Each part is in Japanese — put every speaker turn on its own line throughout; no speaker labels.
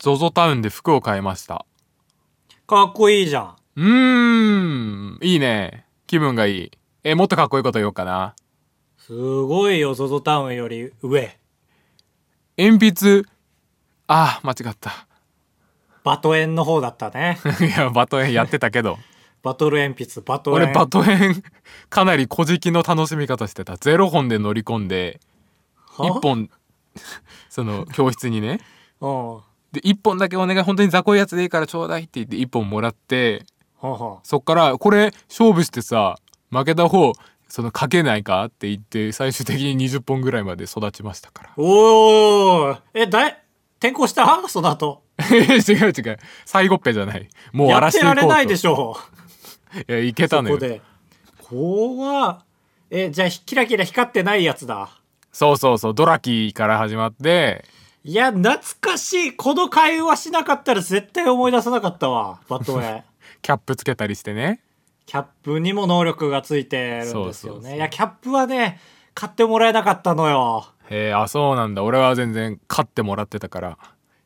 ZOZO タウンで服を買いました。
かっこいいじゃん。
うーん、いいね。気分がいい。え、もっとかっこいいこと言おうかな。
すごいよ、ゾゾタウンより上。
鉛筆、あー、間違った。
バトエンの方だったね。
いや、バトエンやってたけど。
バトル鉛筆、 バトエン。
俺、バトエン、かなり小じきの楽しみ方してた。ゼロ本で乗り込んで、
は
一。本、 その、教室にね。
うん。は
で、一本だけお願い、本当に雑魚いやつでいいからちょうだいって言って一本もらって、
あはあ
そっから、これ、勝負してさ、負けた方、その、かけないかって言って、最終的に20本ぐらいまで育ちましたから。
おーえ、だい、転校したその後。
え 違う違う。最後っぺじゃない。もう荒
や
ら
っ
してていこ
ら
うと。
れないでしょ
いや、いけた
そ
のよ
こ。で。こわえ、じゃあ、キラキラ光ってないやつだ。
そうそうそう。ドラキーから始まって、
いや、懐かしい。この会話しなかったら絶対思い出さなかったわ。バトエ。
キャップつけたりしてね。
キャップにも能力がついてるんです
そうそ
よ
うそう
ね。いや、キャップはね、買ってもらえなかったのよ。
へえ、あ、そうなんだ。俺は全然勝ってもらってたから。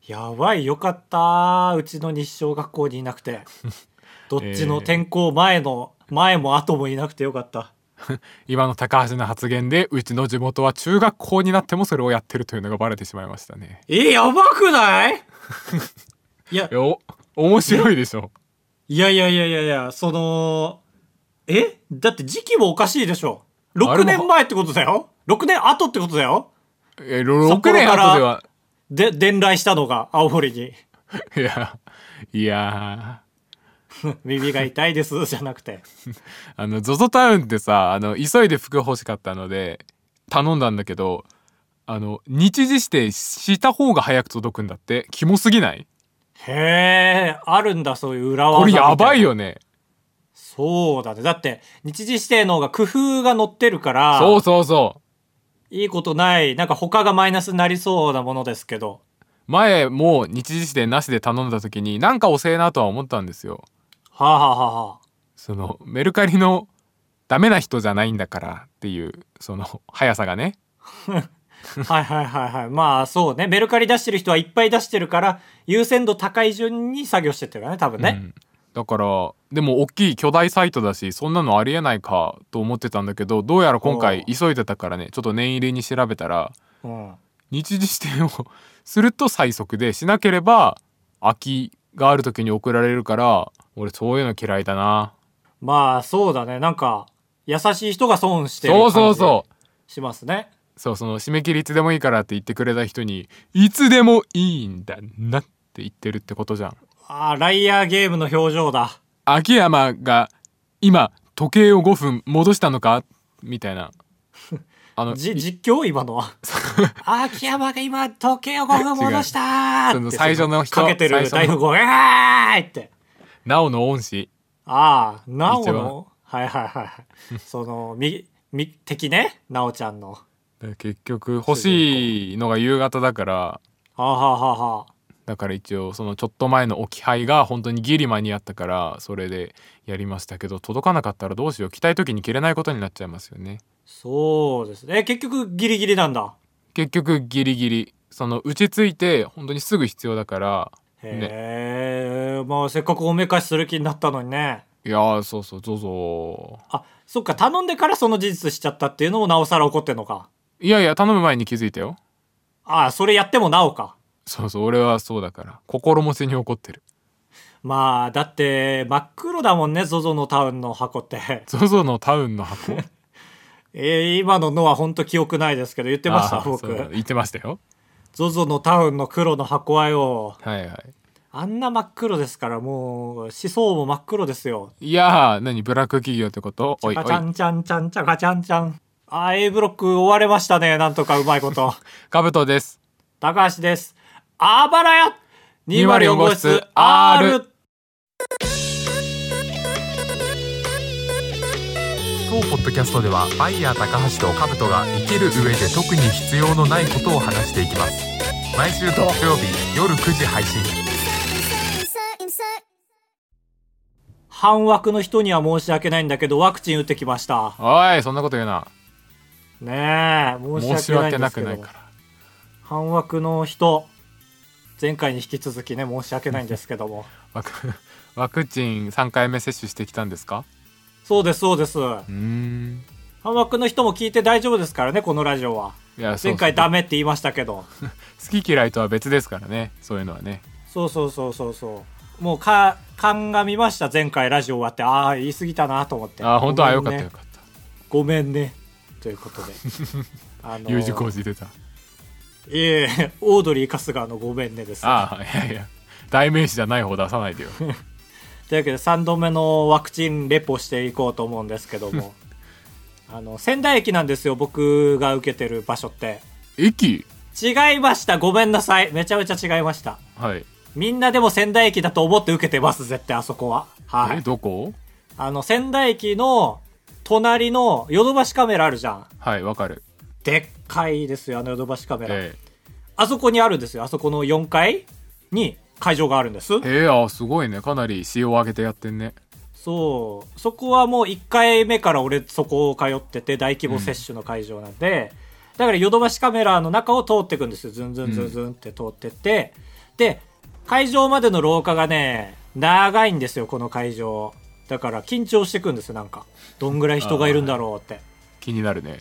やばい、よかった。うちの日照学校にいな くて。どっちの転校前の、前も後もいなくてよかった。
今の高橋の発言で、うちの地元は中学校になってもそれをやってるというのがバレてしまいましたね。
え、やばくない いや、
よ、面白いでしょ。
いやいやいやいやいや、その、えだって時期もおかしいでしょ。
あ
6
れも
年前ってことだよ ?6 年後ってことだよ
え、
そこか
6
ら
年後では、
で、伝来したのが、青森に。
いや、いや
耳が痛いです、じゃなくて。
ー、あの、ZOZO タウンってさ、あの、急いで服欲しかったので、頼んだんだけど、あの、日時指定した方が早く届くんだって、キモすぎない
へえ、あるんだ、そういう裏技
こ
み
れ
たな
やばい。よね。
そうだね。だって、日時指定の方が工夫が乗ってるから、
そうそうそう。
いいことない。なんか他がマイナスになりそうなものですけど。
前もう日時指定なしで頼んだ時になんか遅えなとは思ったんですよ
はあ、はあはあはあ、
そのメルカリのダメな人じゃないんだからっていうその速さがね
はいはいはいはい。 まあそうね。メルカリ出してる人はいっぱい出してるから、優先度高い順に作業してってるよね、多分
う
ね。
んだからでも大きい巨大サイトだしそんなのありえないかと思ってたんだけどどうやら今回
お
急いでたからねちょっと念入りに調べたら
うん。
日時指定をすると最速でしなければ空きがある時に送られるから俺そういうの嫌いだな
まあそうだね。なんか、優しい人が損してる
そうそう
感
そう
じしますね。
そうその締め切りいつでもいいからって言ってくれた人にいつでもいいんだなって言ってるってことじゃん
ああ、ライアーゲームの表情だ。
秋山が今時計を5分戻したのかみたいなあの
じ、実況今のは。秋山が今、時計を5分戻した
違う
ーって
その最初の人
かけてる
最
大
初の
富豪、えーいって。
なおの恩師
ああ、なお
一
の、はいはいはい。その、み、み、敵ね、なおちゃんの。は
だから結局欲しいのが夕方だから
あ、はあはあはあ、
だから一応そのちょっと前の置き配が本当にギリ間に合ったからそれでやりましたけど届かなかったらどうしよう着たい時に着れないことになっちゃいますよね
そうですね。え、結局ギリギリなんだ。
結局ギリギリその打ちついて本当にすぐ必要だから
へえ、まあせっかくおめかしする気になったのにね。
いやーそうそうそうそ
あ、そっか、頼んでからその事実しちゃったっていうのもなおさら怒ってんのか。
ういやいや頼む前に気づいたよ
ああ、それやってもなおか。
そうそう俺はそうだから心持ちに怒ってる
まあ、だって、真っ黒だもんね、ZOZO のタウンの箱って。
ゾゾのタウンの箱言っ
えー今ののは本当記憶ないですけど、言ってました、僕。
言ってましたよ
ZOZO のタウンの黒の箱はよ、
はいは
あんな真っ黒ですから、もう、思想も真っ黒ですよ。
いいやー何ブラック企業ってこと
チ
おい
ャ
おい
カチャンチャンチャンチャカチャンチャン。あー、A ブロック終われましたね、なんとかうまいこと。
カブトです
高橋です。あばらや !204
204
号
号
室
室
R!
R 当ポッドキャストではバイヤー高橋とカブトが生きる上で特に必要のないことを話していきます毎週土曜日夜9時配信
insert, insert.
半枠の人には申し訳ないんだけど、ワクチン打ってきました。
おいそんなこと言うな
ねえ、申
申
し
し
訳
訳
ないんで
な
すけ
く
ど
ないから
半枠の人、前回に引き続きね申し訳ないんですけども
ワク ワクチン3回目接種してきたんですか
そうですそうです
うーん
半枠の人も聞いて大丈夫ですからねこのラジオはい
やそう
前回
そう
ダメって言いましたけど
好き嫌いとは別ですからねそういうのはね
そうそうそうそうそうもうか鑑みました前回ラジオ終わってああ言い過ぎたなと思って
あ本当はよかったよ
よ
かった
ごめんねという ことであの
U 字工事出た
いえいえオードリー春日の「ごめんね」です
ああいやいや代名詞じゃない方出さないでよ
というわけで3度目のワクチンレポしていこうと思うんですけ どもあの仙台駅なんですよ僕が受けてる場所って
駅
違いましたごめんなさいめちゃめちゃ違いました
はい、
みんなでも仙台駅だと思って受けてます絶対あそこはは
え
い
どこ
あの仙台駅の隣のヨドバシカメラあるじゃん
はいわかる
でっかいですよあのヨドバシカメラ、
え
あそこにあるんですよあそこの4階に会場があるんです
えええあすごいねかなり仕様を上げてやってんね
そう。そこはもう1回目から俺そこを通ってて、大規模接種の会場なんで、だからヨドバシカメラの中を通っていくんですよ。ズンズンズンズンって通ってって。で、会場までの廊下がね、長いんですよ、この会場。だから緊張していくんですよ、なんか。どんぐらい人がいるんだろうって。
気になるね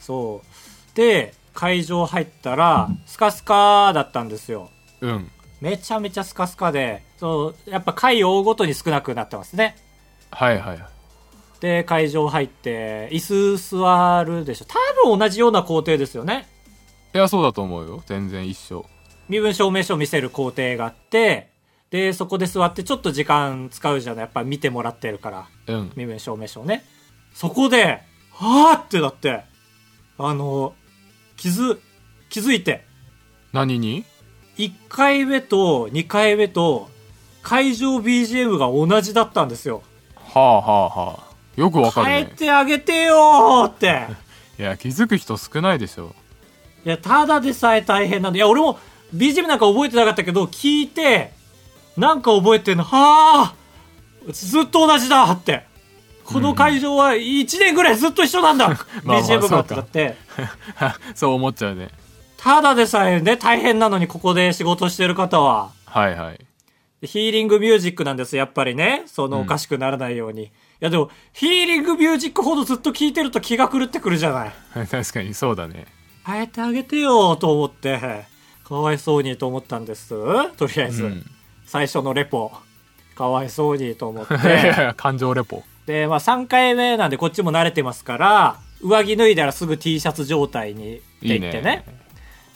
そう。で、会場入ったら、スカスカだったんですよ。
うん
めちゃめちゃスカスカで、そう、やっぱ回を追うごとに少なくなってますね。
はいはいはい
で会場入って椅子座るでしょ多分同じような工程ですよね
いやそうだと思うよ全然一緒
身分証明書を見せる工程があってでそこで座ってちょっと時間使うじゃないやっぱ見てもらってるから
うん
身分証明書をねそこで「はあ!」ってだってあの気づ気づいて
何に
1回目と2回目と会場 BGM が同じだったんですよ
はあはあはあよくわかる
変え
ね
てあげてよーって
いや気づく人少ないでし ょ
いや、ただでさえ大変なんで、いや、俺も BGM なんか覚えてなかったけど、聞いて、なんか覚えてんの、はあずっと同じだって。この会場は1年ぐらいずっと一緒なんだ
まあ
!BGM
そ
が
うか
ってだって。
そう思っちゃうね
ただでさえね、大変なのにここで仕事してる方は。
はいはい
ヒーリングミュージックなんです、やっぱりね。その
うん
おかしくならないように。いや、でも、ヒーリングミュージックほどずっと聞いてると気が狂ってくるじゃない。
確かにそうだね
変えてあげてよと思ってかわいそうにと思ったんですとりあえず、
うん
最初のレポかわいそうにと思っ
いやい
て
や感情レポ
で、まあ、3回目なんでこっちも慣れてますから上着脱いだらすぐ T シャツ状態にって
い
言
い
っ
ね
てね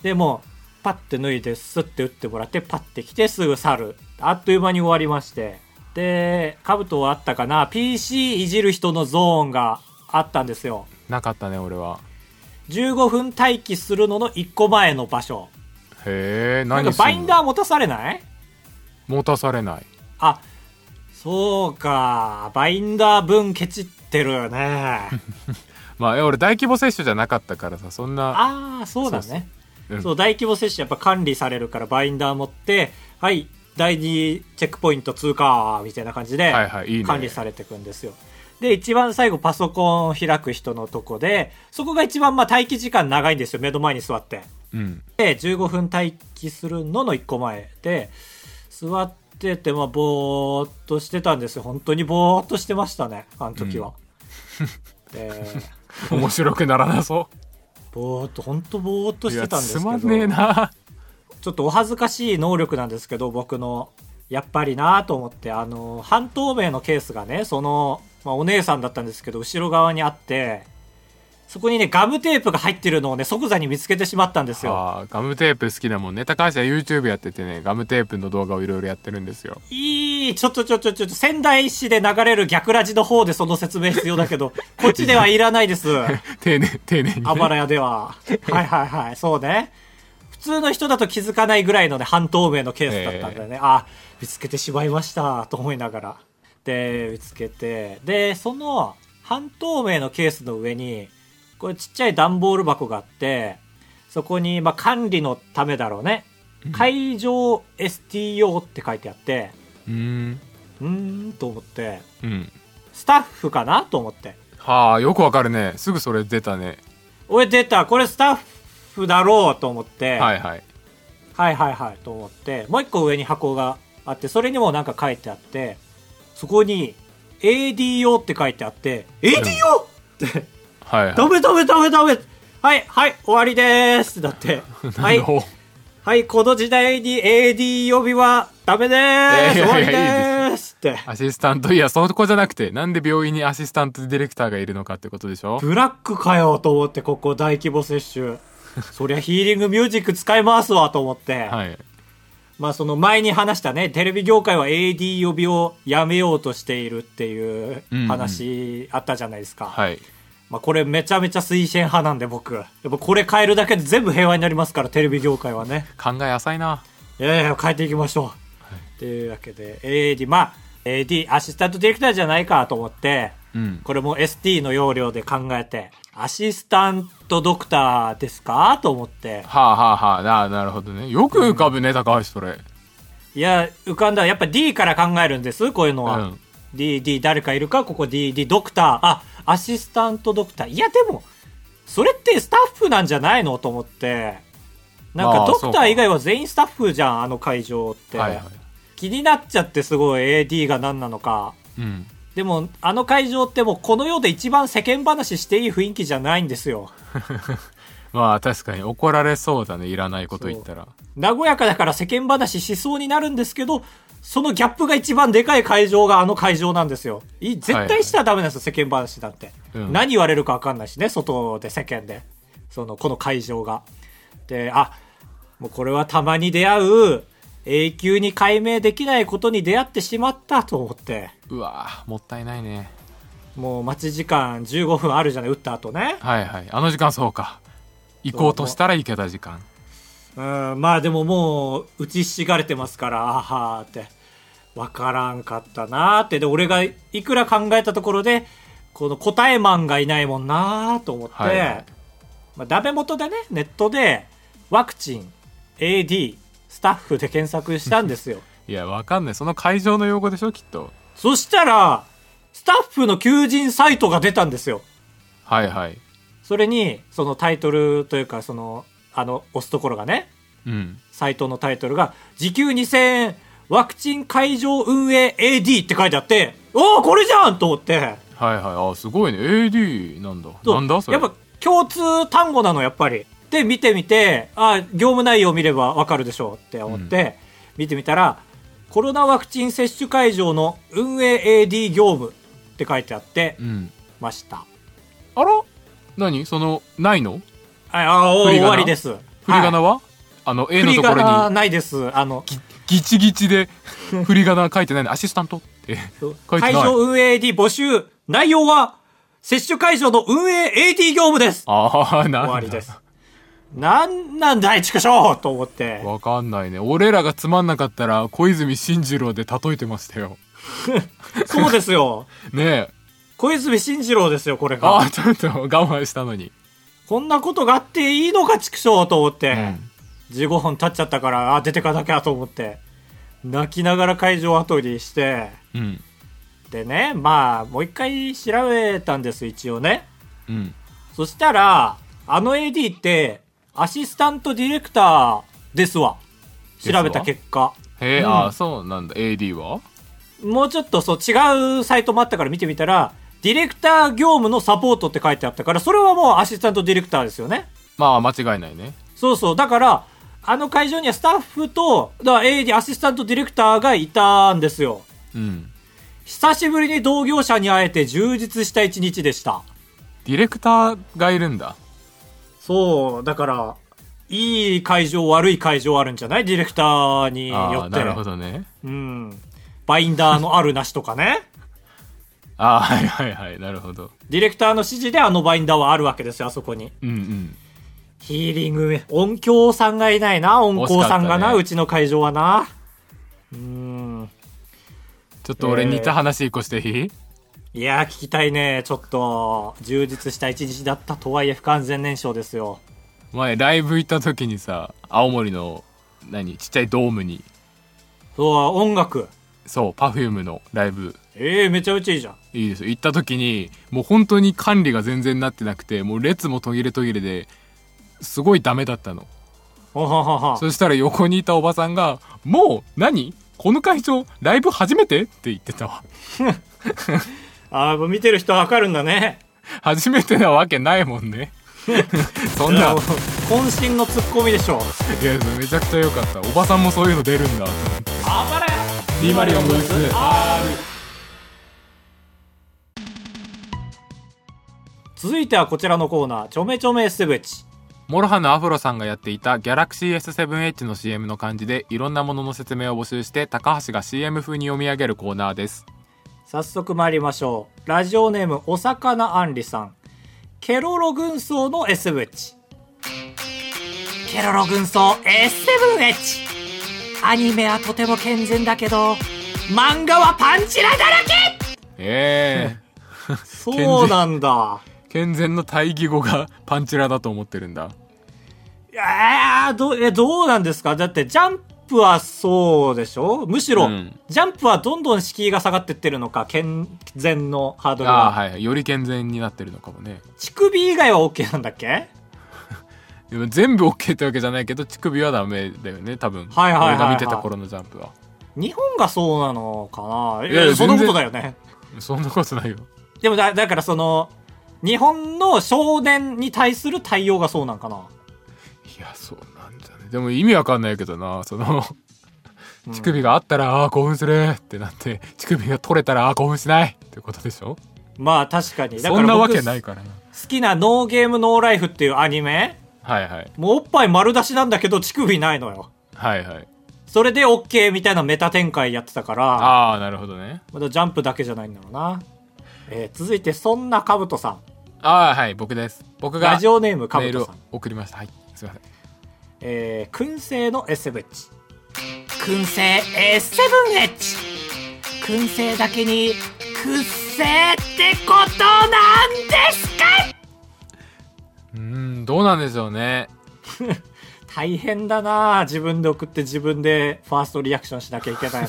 でもうパッて脱いでスッて打ってもらってパッて来てすぐ去るあっという間に終わりましてで兜はあったかな PC いじる人のゾーンがあったんですよ
なかったね俺は
15分待機するのの1個前の場所
へえ
なんか
何
バインダ
ー
ー持たされない
持たされない
あ、そうか。バインダー分ケチってる よね。
まあいや俺大規模接種じゃなかったからさそんな
ああ、そうだ
そう
ね。
うん
そう、大規模接種やっぱ管理されるからバインダー持って、はい、第2チェックポイント通過、みたいな感じで
はいはいいいね
管理されていくんですよ。で、一番最後パソコンを開く人のとこで、そこが一番まあ待機時間長いんですよ。目の前に座って。
うん
で15分待機するのの1個前で座ってて、まあ、ぼーっとしてたんですよ本当にぼーっとしてましたねあの時は、で
面白くならなそ
ぼーっと本当ぼーっと
う
し
い
て
や
たんです
つ
け
ま
ど
んねえな
ちょっとお恥ずかしい能力なんですけど僕のやっぱりなと思ってあの半透明のケースがねその、まあ、お姉さんだったんですけど後ろ側にあってそこにねガムテープが入ってるのをね即座に見つけてしまったんですよ
あーガムテープ好きだもんね高橋は YouTube やっててねガムテープの動画をいろいろやってるんですよ
いい、ちょっとちょっとちょっと、仙台市で流れる逆ラジの方でその説明必要だけど、こっちではいらないです。
丁寧丁寧に、
あば
ね、
ら屋では。はいはいはい、そうね。普通の人だと気づかないぐらいのね、半透明のケースだったんだよね。あ、見つけてしまいました、と思いながら。で、見つけて、で、その半透明のケースの上に、これちっちゃい段ボール箱があって、そこに、まあ、管理のためだろうね。会場 STO って書いてあって、
うーん
うーんと思って
うん
スタッフかなと思って
はあよくわかるねすぐそれ出たね
俺出たこれスタッフだろうと思って、
はいはい
はいはいはいと思ってもう一個上に箱があってそれにもなんか書いてあってそこに ADO って書いてあって ADO って
はいはい
ダメダメダメダメはいはい終わりでーすだって は
ないるほど
はいこの時代に AD 呼びはダメでーす
い
終
やい
わ
や
り
いや
でーすって
アシスタントいやそこじゃなくてなんで病院にアシスタントディレクターがいるのかってことでしょ
ブラックかよと思ってここ大規模接 種そりゃヒーリングミュージック使い回すわと思って、
はい
まあその前に話したねテレビ業界は AD 呼びをやめようとしているっていう話あったじゃないですか、
はい
まあ、これめちゃめちゃ推薦派なんで僕やっぱこれ変えるだけで全部平和になりますからテレビ業界はね
考え浅いない
やいや変えていきましょうと、いうわけで AD まあ AD アシスタントディレクターじゃないかと思って
うん
これも ST の要領で考えて、アシスタントドクターですかと思って。
はあはあはあなあなるほどねよく浮かぶね高橋それ
いや、浮かんだ。やっぱ D から考えるんです、こういうのは。
うん
D、D 誰かいるかここ D、D ドクター。あ、アシスタントドクター。いや、でも、それってスタッフなんじゃないのと思って。なん
ま
か
あ
ド
そ
ク
う
タ
か
ー以外は全員スタッフじゃん、あの会場って。
はいはい
気になっちゃってすごい AD が何なのか。
うん
でも、あの会場ってもうこの世で一番世間話していい雰囲気じゃないんですよ。
まあ確かに怒られそうだねいらないこと言ったら
和やかだから世間話しそうになるんですけど、そのギャップが一番でかい会場があの会場なんですよ。い絶対したらダメなんですよ、世間話なんて。
うん
何言われるかわかんないしね、外で世間で。その、この会場が。で、あ、もうこれはたまに出会う、永久に解明できないことに出会ってしまったと思って。
うわもったいないね
もう待ち時間15分あるじゃない、打った後ね。
はいはいあの時間そうか行こうとしたら行けた時間
うん、まあでももう打ちひしがれてますからあはーって分からんかったなーってで俺がいくら考えたところでこの答えマンがいないもんなーと思って、
はいはい
まあ、ダメ元でねネットでワクチン AD スタッフで検索した んですよ
いやわかんないその会場の用語でしょきっと
そしたらスタッフの求人サイトが出たんですよ
はいはい
それにそのタイトルというかそのあの押すところがね
うん
サイトのタイトルが、時給2000円、ワクチン会場運営 AD って書いてあって、おおこれじゃんと思って。
はいはいあすごいね AD なんだ
そう
なんだそれ
やっぱ共通単語なの、やっぱり。で、見てみて、あ業務内容見ればわかるでしょうって思って、見てみたら、コロナワクチン接種会場の運営 AD 業務って書いてあって
うん
ました。
あら何そのないの
はい、あお
振り仮
終
名
わりです。
振り仮名
は
は、あの
い
A
振
の
り
とこ
仮名
ろに
ないです。あの、
ぎギチギチで振り仮名書いてないのア シスタントって書いてな
会
い
場運営 AD 募集内容は接種会場の運営 AD 業務です
ああな
終わりですなんなんだい畜生と思って
わかんないね俺らがつまんなかったら小泉進次郎で例えてましたよ
そうですよ
ねえ
小泉進次郎ですよこれ
あ
が
あちょっと我慢したのに、
こんなことがあっていいのか畜生と思って、
うん
15分経っちゃったからあ出てかなきゃと思って泣きながら会場後にして
うん
でねまあもう一回調べたんです一応ね
うん
そしたら、あの AD って、アシスタントディレクターですわ。
すわ
調べた結果。
へえ、
うん
ああそうなんだ AD は
もうちょっとそう違うサイトもあったから見てみたら、ディレクター業務のサポートって書いてあったから、それはもうアシスタントディレクターですよね。
まあ間違いないね
そうそう。だから、あの会場にはスタッフと、だから AD、アシスタントディレクターがいたんですよ。
うん
久しぶりに同業者に会えて充実した一日でした。
ディレクターがいるんだ
そう、だから、いい会場、悪い会場あるんじゃないディレクターに
あ
よ
あ
って。
なるほどね
うん。バインダーのあるなしとかね。
ああはいはいはいなるほど
ディレクターの指示であのバインダーはあるわけですよ、あそこに。
うんうん
ヒーリング、音響さんがいないな、音響さんが
惜しかっ
な、
たね
うちの会場はな。うーん。
ちょっと俺似
えー
た話一個していい、
いやー、聞きたいね。ちょっと、充実した一日だったとはいえ不完全燃焼ですよ。
前ライブ行った時にさ青森の何ちっちゃいドームに
そう、音楽。
そう Perfume のライブ
ええー、めちゃめちゃいいじゃん。
いいですよ行った時にもう本当に管理が全然なってなくてもう列も途切れ途切れですごいダメだったの
おははは。
そしたら横にいたおばさんが「もう何この会場ライブ初めて?」って言ってたわ
ああ、見てる人わかるんだね。
初めてなわけないもんねそん
いや
な
もう渾身のツッコミでしょ。
いやめちゃくちゃ良かったおばさんもそういうの出るんだと思って
あばれ
ディマリオンブース
R 続いてはこちらのコーナー、ちょめちょめエスベチ。
モロハのアフロさんがやっていたギャラクシー S7H の CM の漢字でいろんなものの説明を募集して高橋が CM 風に読み上げるコーナーです
早速参りましょう。ラジオネーム、お魚あんりさん。ケロロ軍曹の S7H。ケロロ軍曹 S7H。アニメはとても健全だけど、漫画はパンチラだらけ
ええ
そうなんだ。
健全の対義語が パンチラだと思ってるんだ
いやーどう、え、どうなんですかだって、ジャンプはそうでしょむしろ、
うん
ジャンプはどんどん敷居が下がってってるのか、健全のハードル
ああ
は。
はいより健全になってるのかもね
乳首以外は OK なんだっけ
でも全部 OK ってわけじゃないけど乳首はダメだよね多分
はいはいはいはい
俺が見てた頃のジャンプは
日本がそうなのかない
いや
や、そんなこ
全
と
然
だよね。
そんなことないよ
でもだ、だからその、日本の少年に対する対応がそうなんかない
やそうなんじゃねでも意味わかんないけどなその乳首があったらああー興奮するってなって乳首が取れたらああー興奮しないってことでしょ
まあ確かに。だから
そんなわ
僕
けないからな
好きなノーゲームノーライフっていうアニメ、
はいはい
もうおっぱい丸出しなんだけど乳首ないのよ。
はいはい
それで OK みたいなメタ展開やってたから、
ああなるほどね
まだジャンプだけじゃないんだろうな。えー続いて、そんなかぶとさん。
ああはい僕です僕が
ラジオネームか
メ
ぶ
ール
と
を
さん。
送りましたはいすいません
えー、燻製の S7H。燻製 S7H。燻製だけに、燻製ってことなんですか
うーんどうなんでしょうね
大変だな自分で送って自分でファーストリアクションしなきゃいけ ないの。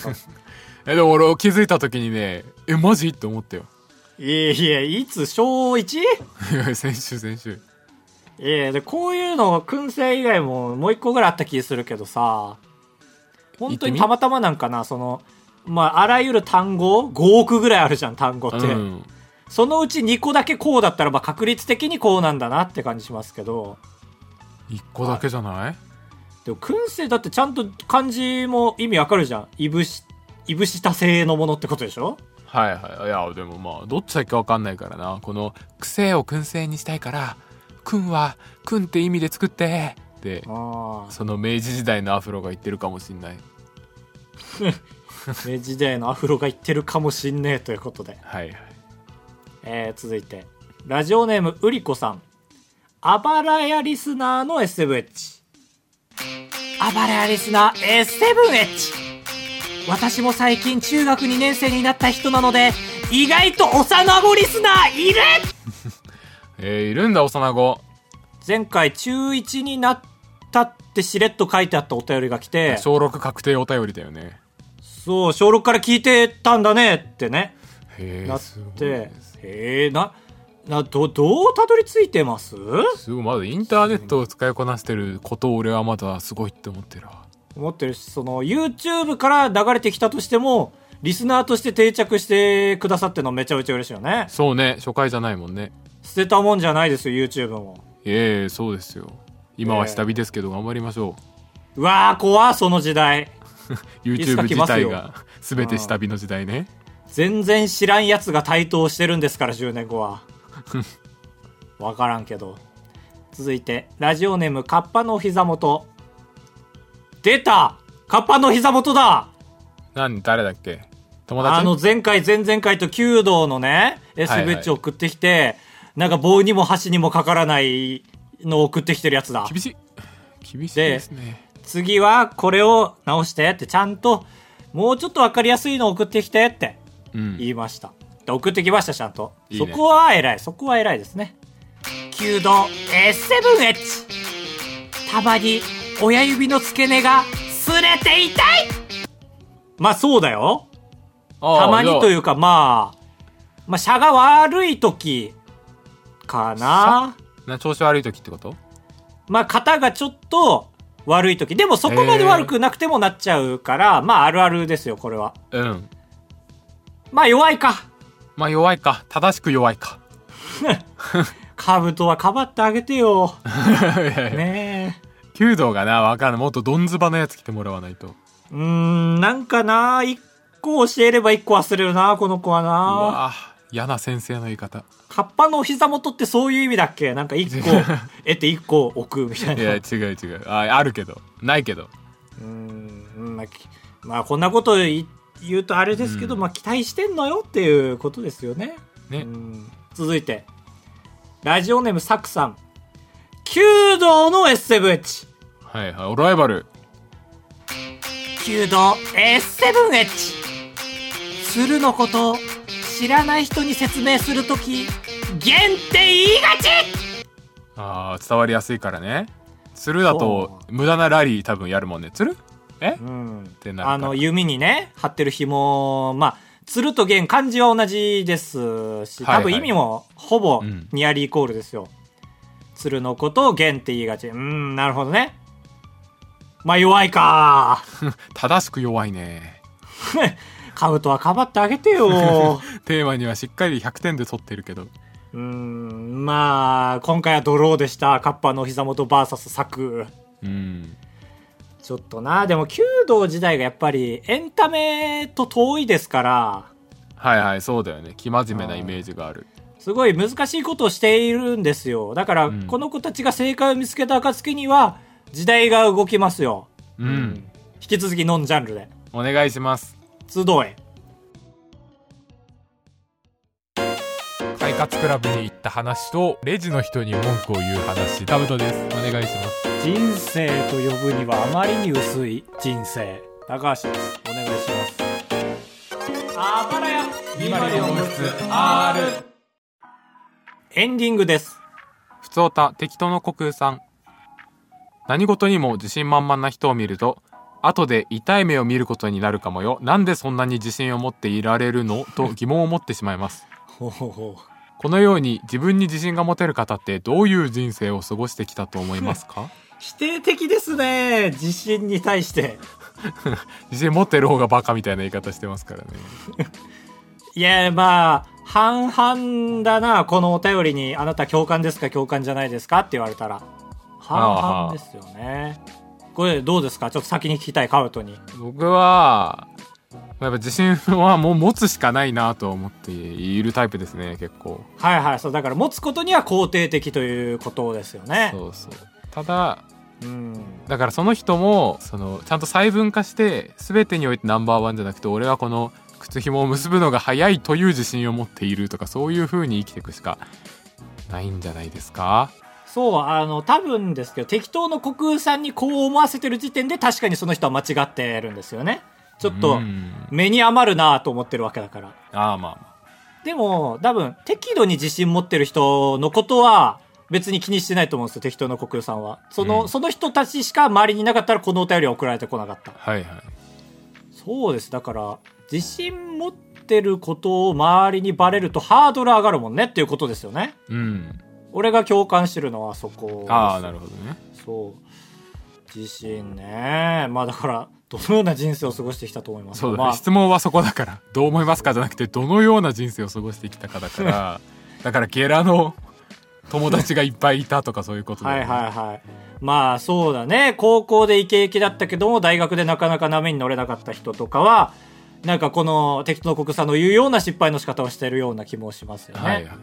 えでも俺気づいた時にねえマジって思ったよ
いえいえ、いつ小 1?
いや先週先週
いやでこういうの燻製以外ももう一個ぐらいあった気するけどさ本当
言って
に
み
たまたまなんかなそのまああらゆる単語5億ぐらいあるじゃん単語って、
うん
そのうち2個だけこうだったらまあ確率的にこうなんだなって感じしますけど
一個だけじゃない
でも燻製だってちゃんと漢字も意味わかるじゃんいぶしいぶした製のものってことでしょ
はいはいいやでもまあどっちだっけわかんないからなこの癖を燻製にしたいから燻は燻って意味で作ってって
ああ
その明治時代のアフロが言ってるかもしんない
明治時代のアフロが言ってるかもしんねえということで
はいはい
えー続いてラジオネームうりこさんあばらやリスナーの S7H あばらやリスナー S7H 私も最近中学2年生になった人なので意外と幼子リスナーいる
えー、いるんだ幼子
前回中1になったってしれっと書いてあったお便りが来て
小6確定お便りだよね
そう小6から聞いてたんだねってね
へ
な
え
っ
すごい
て
です
へえななどどうたどり着いてます
すごいまだインターネットを使いこなしてることを俺はまだすごいって思ってるわ
思ってるし、その YouTube から流れてきたとしても、リスナーとして定着してくださってるのめちゃめちゃ嬉しいよね。
そうね初回じゃないもんね
捨てたもんじゃないですよ、YouTube も。
ええそうですよ今は下火ですけど頑張りましょ
うわー、怖その時代。
う、
いつ
YouTube
か来
自
ます
体
よ
が全て下火の時代ね
全然知らん奴が台頭してるんですから、10年後は。わからんけど。続いて、ラジオネーム、カッパのお膝元。出たカッパのお膝元だ
何誰だっけ友達
あの前回前々回と弓道のね
はい
SBH を送ってきて、なんか棒にも箸にもかからないのを送ってきてるやつだ
厳しい厳しいですね
次はこれを直してってちゃんともうちょっと分かりやすいのを送ってきてって
うん
言いました、で送ってきましたちゃんと
いいね
そこは偉いそこは偉いですね弓道 S7H たまに親指の付け根が擦れて痛いまあそうだよたまにといううか、まあ、まあ、差が悪い時かな。
な調子悪い時ってこと
まあ、肩がちょっと、悪い時でもそこまで悪くなくてもなっちゃうから、まああるあるですよこれは
うん
まあ弱いか
まあ弱いか正しく弱いか
カブトはかばってあげ てよ
ね
ねえ
弓道がなわかんないもっとどんずばのやつ来てもらわないと
うーんなんかな一個教えれば一個忘れるなこの子は
う
な
わ嫌な先生の言い方
カッパのお膝元ってそういう意味だっけなん か一個得て一個置くみたい
い
な
や違う違うああるけどないけど
うーんうんまあ、きまあこんなことい言うとあれですけど、
うん
まあ期待してんのよっていうことですよね
ね
うん続いてラジオネームサクさん弓道の S7H
はいはいライバル
弓道 S7H 鶴のことを知らない人に説明するとき限定言いがち
あー伝わりやすいからね鶴だと無駄なラリー多分やるもんね鶴え
うん
てなるから
あの弓にね張ってる紐まあ鶴と弦漢字は同じですし
はいは
多
い
分意味もほぼ
うん
ニアリーイコールですよ、鶴のことを弦って言いがちうんなるほどねまあ弱いか
正しく弱いね
カブトはかばってあげ てよ
テーマにはしっかり100点で取ってるけど
うんまあ今回はドローでしたカッパのお膝元 VS 作
うん
ちょっとなでも弓道時代がやっぱりエンタメと遠いですから
はいはいそうだよね生真面目なイメージがある
すごい難しいことをしているんですよ。だから、
うん
この子たちが正解を見つけた暁には、時代が動きますよ。
うん、
引き続きノンジャンルで。
お願いします
集え。
快活クラブに行った話とレジの人に文句を言う話タブトですお願いします
人生と呼ぶにはあまりに薄い人生。高橋です。お願いします。あばらやエンディングです。
ふつおた適当の虚空さん何事にも自信満々な人を見ると後で痛い目を見ることになるかもよなんでそんなに自信を持っていられるのと疑問を持ってしまいます
ほうほうほう。
このように自分に自信が持てる方ってどういう人生を過ごしてきたと思いますか
否定的ですね。自信に対して。
自信持ってる方がバカみたいな言い方してますからね
いや、まあ、半々だな、このお便りに、あなた共感ですか、共感じゃないですかって言われたら。半々ですよね。これどうですかちょっと先に聞きたい、カウトに。
僕はやっぱ自信はもう持つしかないなと思っているタイプですね結構
はいはい、そう、だから持つことには肯定的ということですよね。
そうそうただ
うん。
だからその人もそのちゃんと細分化して全てにおいてナンバーワンじゃなくて俺はこの靴紐を結ぶのが早いという自信を持っているとかそういう風に生きていくしかないんじゃないですか
そう、あの、多分ですけど、適当の国空さんにこう思わせてる時点で、確かにその人は間違ってるんですよね。ちょっ
う
と、
ん
目に余るなと思ってるわけだから。
ああま
でも、多分、適度に自信持ってる人のことは、別に気にしてないと思うんですよ、適当な国有さんは。その、
うん
その人たちしか周りにいなかったら、このお便りは送られてこなかった
あ。はいはい
そうです。だから、自信持ってることを周りにバレるとハードル上がるもんねっていうことですよね。
うん
俺が共感してるのはそこです。
ああなるほどね
そう。自信ね。まあだから、どのような人生を過ごしてきたと思いますか
そうだね、
まあ
質問はそこだからどう思いますかじゃなくてどのような人生を過ごしてきたかだからだからゲラの友達がいっぱいいたとかそういうことだ
は
よ
い
ね
はいはい。まあそうだね。高校でイケイケだったけども、大学でなかなか波に乗れなかった人とかは、なんかこの適当国産の言うような失敗の仕方をしてるような気もしますよね。は
はいい
は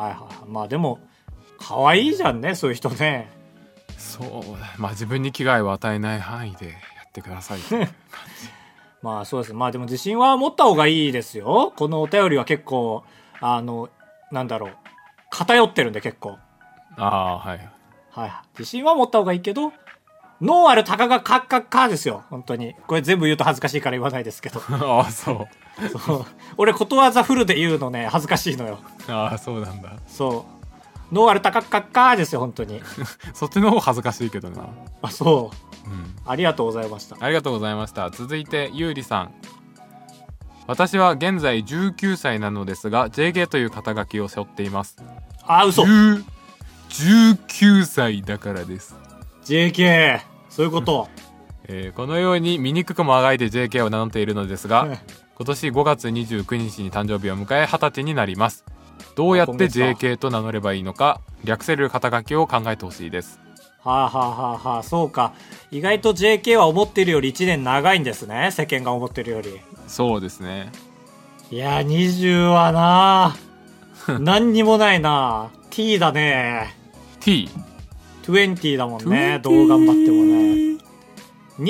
はい
い。まあでも、可愛いじゃんね、そういう人ね。
そうだまあ自分に危害を与えない範囲でやってください
まあそうです。まあでも自信は持った方がいいですよ。このお便りは結構、あの、なんだろう。偏ってるんで結構。
ああはい
はいはい。自信は持った方がいいけど、ノーアルたかがカッカッカーですよ。本当に。これ全部言うと恥ずかしいから言わないですけど。
ああそう
そう 俺ことわざフルで言うのね恥ずかしいのよ
ああそうなんだ
そうノーアルタカッカッカーですよ本当に
そっちの方恥ずかしいけどな、
あそう
うん、
ありがとうございました
ありがとうございました続いてゆうりさん私は現在19歳なのですが JK という肩書きを背負っています
あ嘘
10 19歳だからです
JK そういうこと。
えーこのように醜くもあがいて JK を名乗っているのですが、
うん
今年5月29日に誕生日を迎え20歳になりますどうやって
あ今月だ
JK と名乗ればいいのか略せる肩書きを考えてほしいです
はあはあはあはあ、そうか。意外と JK は思ってるより1年長いんですね。世間が思ってるより。
そうですね
いや、20はな あ何にもないなあ T だね
T
20だもんね。どう頑張ってもね。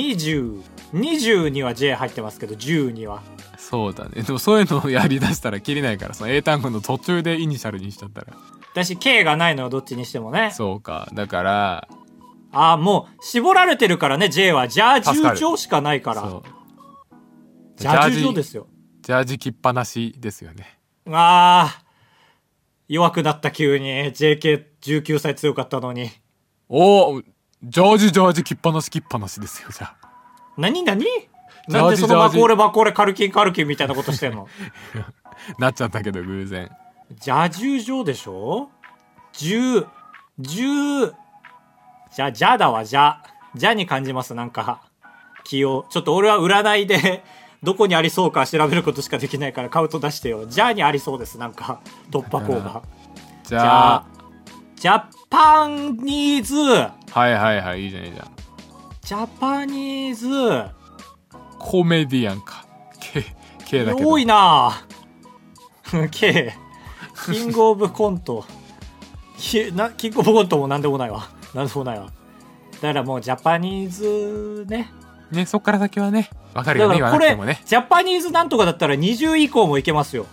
20。20には J 入ってますけど、10には。
そうだねでもそういうのをやりだしたら切れないからその英単語の途中でイニシャルにしちゃったら
私、K がないのよ、どっちにしてもね。
そうかだから
ああ、もう、絞られてるからね、J は。ジャー
助か
10
る
条しかないから。
そう
ジャー10条ですよ。
ジャージ着っぱなしですよね
ああ、弱くなった急に。JK19 歳強かったのに。
おおジャージジャージ着っぱなし着っぱなしですよじゃあ
何何
ジャージ
なんでその
ジャー
マ
ジ
コーレマコーレカルキンカルキンみたいなことしてんの
なっちゃったけど偶然
ジャ10条でしょ ?10、10、じゃ、じゃだわ、じゃ。じゃに感じます、なんか。気を。ちょっと俺は占いで、どこにありそうか調べることしかできないからカウント出してよ。じゃにありそうです、なんか。突破口が。
じ
じ
ゃ
ゃ
あ
あ、ジャパニーズ、
はいはいはいいいじゃんいいじゃん
ジャパニーズ、
コメディアンか K, K だけど
多いな K キングオブコントきなキングオブコントも何でもないわ何でもないわだからもうジャパニーズね
ねそっから先はねわかる
だ
よ
か
ね言
ら
わ
こ
なく
れ、
てもね
ジャパニーズなんとかだったら20以降もいけますよ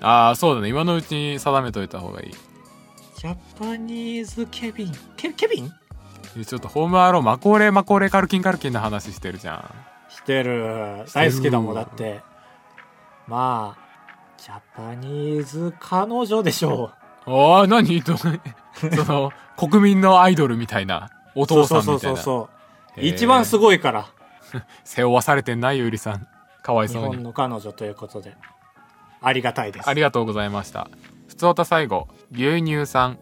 ああそうだね今のうちに定めといた方がい
ジャパニーズケビンケケビン
いちょっとホームアローンマコーレマコーレカルキンカルキンの話してるじゃ
してる大好きだもんだってまあジャパニーズ彼女でしょう
んおお何 とその国民のアイドルみたいなお父さんみたい
そ
な
うそうそうそう
へえ
一番すごいから
背負わされてんないゆりさんかわい
日
そうに
本の彼女ということでありがたいです
ありがとうございました。ふつおた最後、牛乳さん。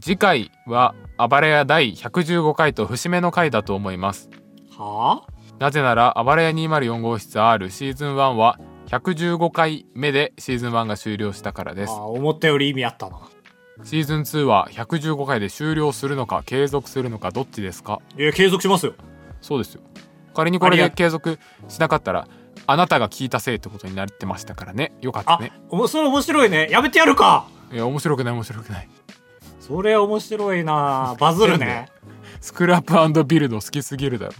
次回は、暴れ屋第115回と節目の回だと思います。
はあ
なぜなら、暴れ屋204号室 R シーズン1は、115回目でシーズン1が終了したからです
あ。思ったより意味あったな
シーズン2は115回で終了するのか、継続するのか、どっちですか
いや継続しますよ
そうですよ。仮にこれ
あ
で
りが
継続しなかったら、あなたが聞いたせいってことになってましたからね。よかった
あ、
ね。
おもそれ面白いねやめてやるか
いや、面白くない面白くない。
それ面白いなバズ るね
スクラップビルド好きすぎるだろ。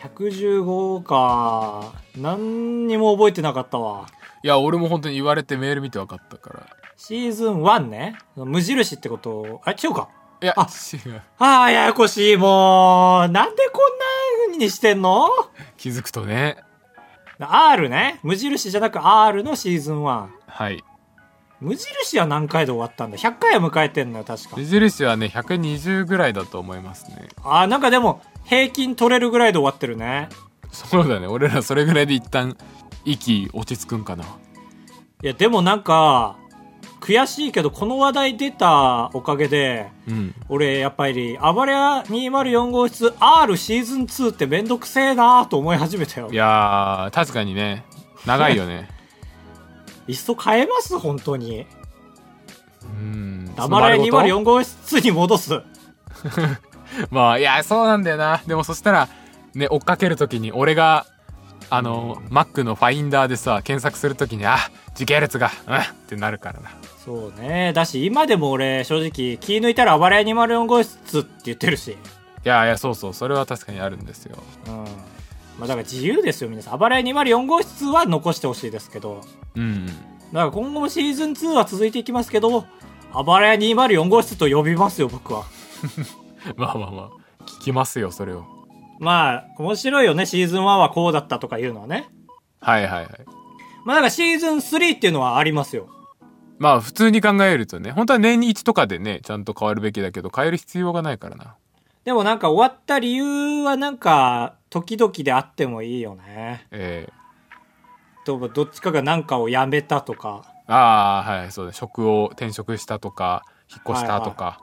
115か何にも覚えてなかったわ
いや、俺も本当に言われてメール見て分かったから。
シーズン1ね無印ってことをあ違うか
いや、
あ
違う。
ああややこしいもうなんでこんな風にしてんの
気づくとね。
R ね無印じゃなく R のシーズン1
はい。
無印は何回で終わったんだ100回は迎えてんのよ確か
目印はね、120ぐらいだと思いますね。
あーなんかでも平均取れるぐらいで終わってるね
そうだね。俺らそれぐらいで一旦、息落ち着くんかな。
いやでもなんか悔しいけどこの話題出たおかげで
うん。
俺やっぱり「暴れ屋204号室 R シーズン2」ってめんどくせえなーと思い始めたよ
いやー、確かにね、長いよね。
いっそ変えます本当に
うん。
「暴れ屋
その丸ごと
204号室」に戻す
まあ、いや、そうなんだよな。でもそしたら、ね、追っかけるときに、俺が、あの、Mac のファインダーでさ、検索するときに、あ、時系列が、うんってなるからな。
そうねだし今でも俺正直気抜いたら「暴れ屋204号室」って言ってるし
いやいやそうそうそれは確かにあるんですよ
うんまあだから自由ですよ皆さん「暴れ屋204号室」は残してほしいですけど
うん
だから今後もシーズン2は続いていきますけど、あばらや204号室と呼びますよ、僕は。
まあまあまあ聞きますよそれを
まあ、面白いよね、シーズン1はこうだったとかいうのはね。
はいはいはい
まあだからシーズン3っていうのはありますよ。
まあ普通に考えるとね本当は年に1とかでねちゃんと変わるべきだけど変える必要がないからな
でもなんか終わった理由はなんか、時々であってもいいよね。
ええ
とどっちかがなんかをやめたとか、
ああはいそうね職を転職したとか引っ越したとか、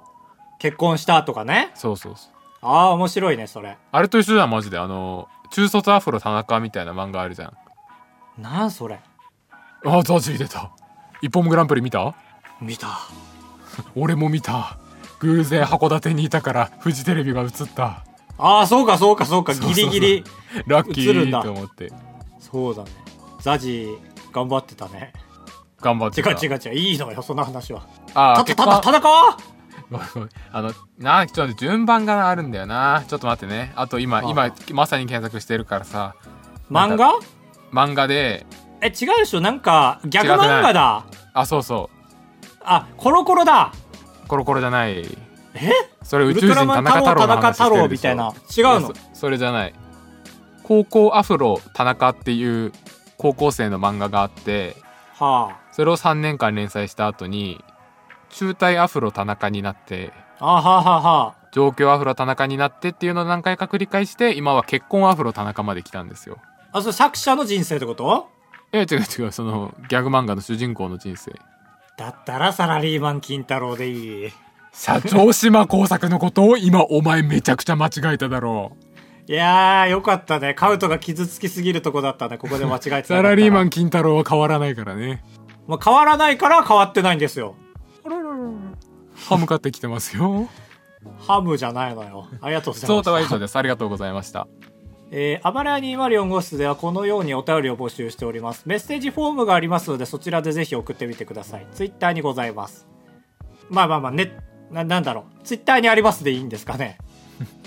結婚したとかね。
そうそうそう
ああ、面白いね、それ。
あれと一緒じゃんマジであの中卒アフロ田中みたいな漫画あるじゃん
なんそれ。
あザジー出た一本グランプリ見た
見た。
俺も見た偶然函館にいたからフジテレビが映った
ああ、そうか、そうか、そうか、
そうそう
ギ
そう
リギリ。
ラッキ
映るんだ
ーと思って
そうだね。ザジー、頑張ってたね。
頑張っ
違
て
う
た
違う違う、いいのよ、そんな話は。
あ
た
あ
た
結
たた、
果
田中
ごめんごめんあのなあちょっと待って順番があるんだよなちょっと待ってねあと今
ああ
今まさに検索してるからさ
漫画
漫画で
え、違うでしょ、なんか、逆
違くない
漫画だ。
あそうそ
あ、コロコロだ。
うコロコロじゃない
え
それ
ウ
宇
ル
宙
ト
人
ラ
田
マン
中
太
太
郎、
郎
田
の
中
話して
太
る
郎
で
み
しょ
たいな。違う
い
の
や。そそれじゃない高校アフロ田中っていう高校生の漫画があって
は
それを3年間連載した後に中退アフロ田中になって
あ。あははは
上京アフロ田中になってっていうのを何回か繰り返して今は結婚アフロ田中まで来たんですよ
あ、それ作者の人生ってこと
いや違う違うそのギャグ漫画の主人公の人生
だったらサラリーマン金太郎でいい。
社長島耕作のことを今お前めちゃくちゃ間違えただろう
いやー、よかったね。カウトが傷つきすぎるとこだったね。ここで間違えてた。
サラリーマ
ン。
ン金太郎は変わらないからね
もう変わらないから変わってないんですよ。
歯向かってきてます よ
ハムじゃないのよ。ありがとうござい
ソ
ま
ー
す。
タは以上ですありがとうございました
えー、アバレア204号室ではこのようにお便りを募集しております。メッセージフォームがありますので、そちらでぜひ送ってみてください。ツイッターにございます。まあまあまあ、ね、な、なんだろう。ツイッターにありますでいいんですかね。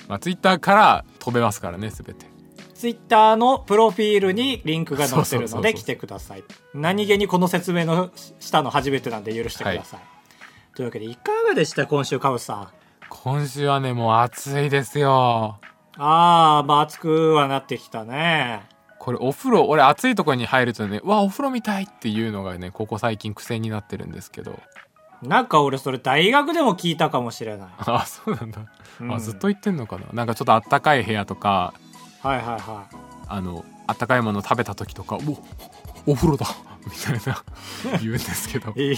まあツイッターから飛べますからね全て
ツイッターのプロフィールにリンクが載ってる
そうそうそ
の
うそ
で
う
来てください。何気にこの説明のしたの初めてなんで許してください。というわけで、いかがでした今週、カウスさん。
今週はねもう暑いですよ
あー、まあ暑くはなってきたね。
これお風呂俺暑いところに入るとねうわお風呂みたいっていうのがねここ最近癖になってるんですけど
なんか俺それ大学でも聞いたかもしれない。
あそうなんだ、
うん
あずっと言ってんのかななんかちょっとあったかい部屋とか
はいはいはい。
あのあったかいもの食べた時とかおお風呂だみたい な言うんですけど
いい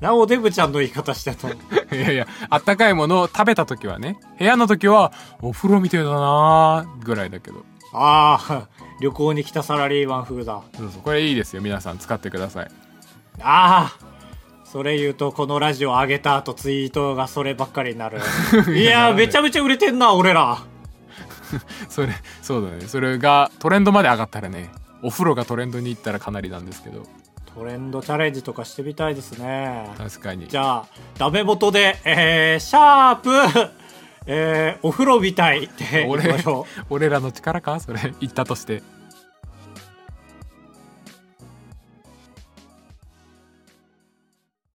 なおデブちゃんの言い方してたの
いやいやあったかいものを食べた時はね部屋の時はお風呂みたいだなーぐらいだけど
ああ旅行に来たサラリーマン風だあ
そうそうこれいいですよ皆さん使ってください
あそれ言うとこのラジオ上げた後ツイートがそればっかりに なるいやーめちゃめちゃ売れてんな俺ら
それそうだねそれがトレンドまで上がったらねお風呂がトレンドに行ったらかなりなんですけど
トレンドチャレンジとかしてみたいですね
確かに
じゃあダメ元でえー、シャープえー、お風呂みたいって言い
俺
ましょう
俺らの力かそれ言ったとして